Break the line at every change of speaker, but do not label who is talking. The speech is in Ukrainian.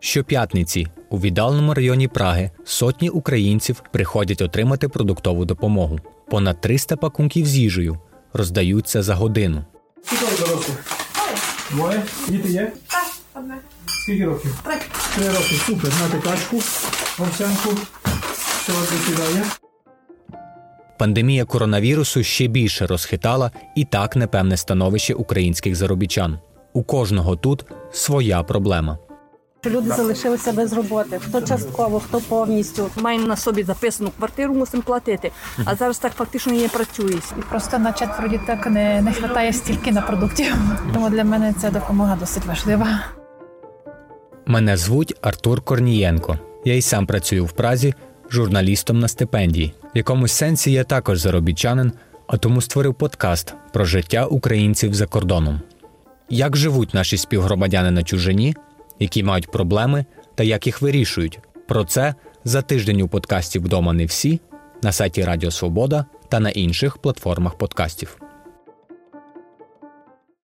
Щоп'ятниці у віддаленому районі Праги сотні українців приходять отримати продуктову допомогу. Понад 300 пакунків з їжею роздаються за годину.
Скільки ви дорослих? Двоє. Діти є? Так, одне. Скільки років? Три. Три роки. Супер. Знати качку, овсянку. Що вас докидає?
Пандемія коронавірусу ще більше розхитала і так непевне становище українських заробітчан. У кожного тут своя проблема.
Що люди залишилися без роботи, хто частково, хто повністю.
маємо на собі записану квартиру, мусимо платити. А зараз так фактично і не працює.
І просто на четверо діток не, не вистачає стільки на продуктів. Тому для мене ця допомога досить важлива.
Мене звуть Артур Корнієнко. Я й сам працюю в Празі журналістом на стипендії. В якомусь сенсі я також заробітчанин, а тому створив подкаст про життя українців за кордоном. Як живуть наші співгромадяни на чужині, які мають проблеми та як їх вирішують. Про це за тиждень у подкасті Вдома не всі на сайті Радіо Свобода та на інших платформах подкастів.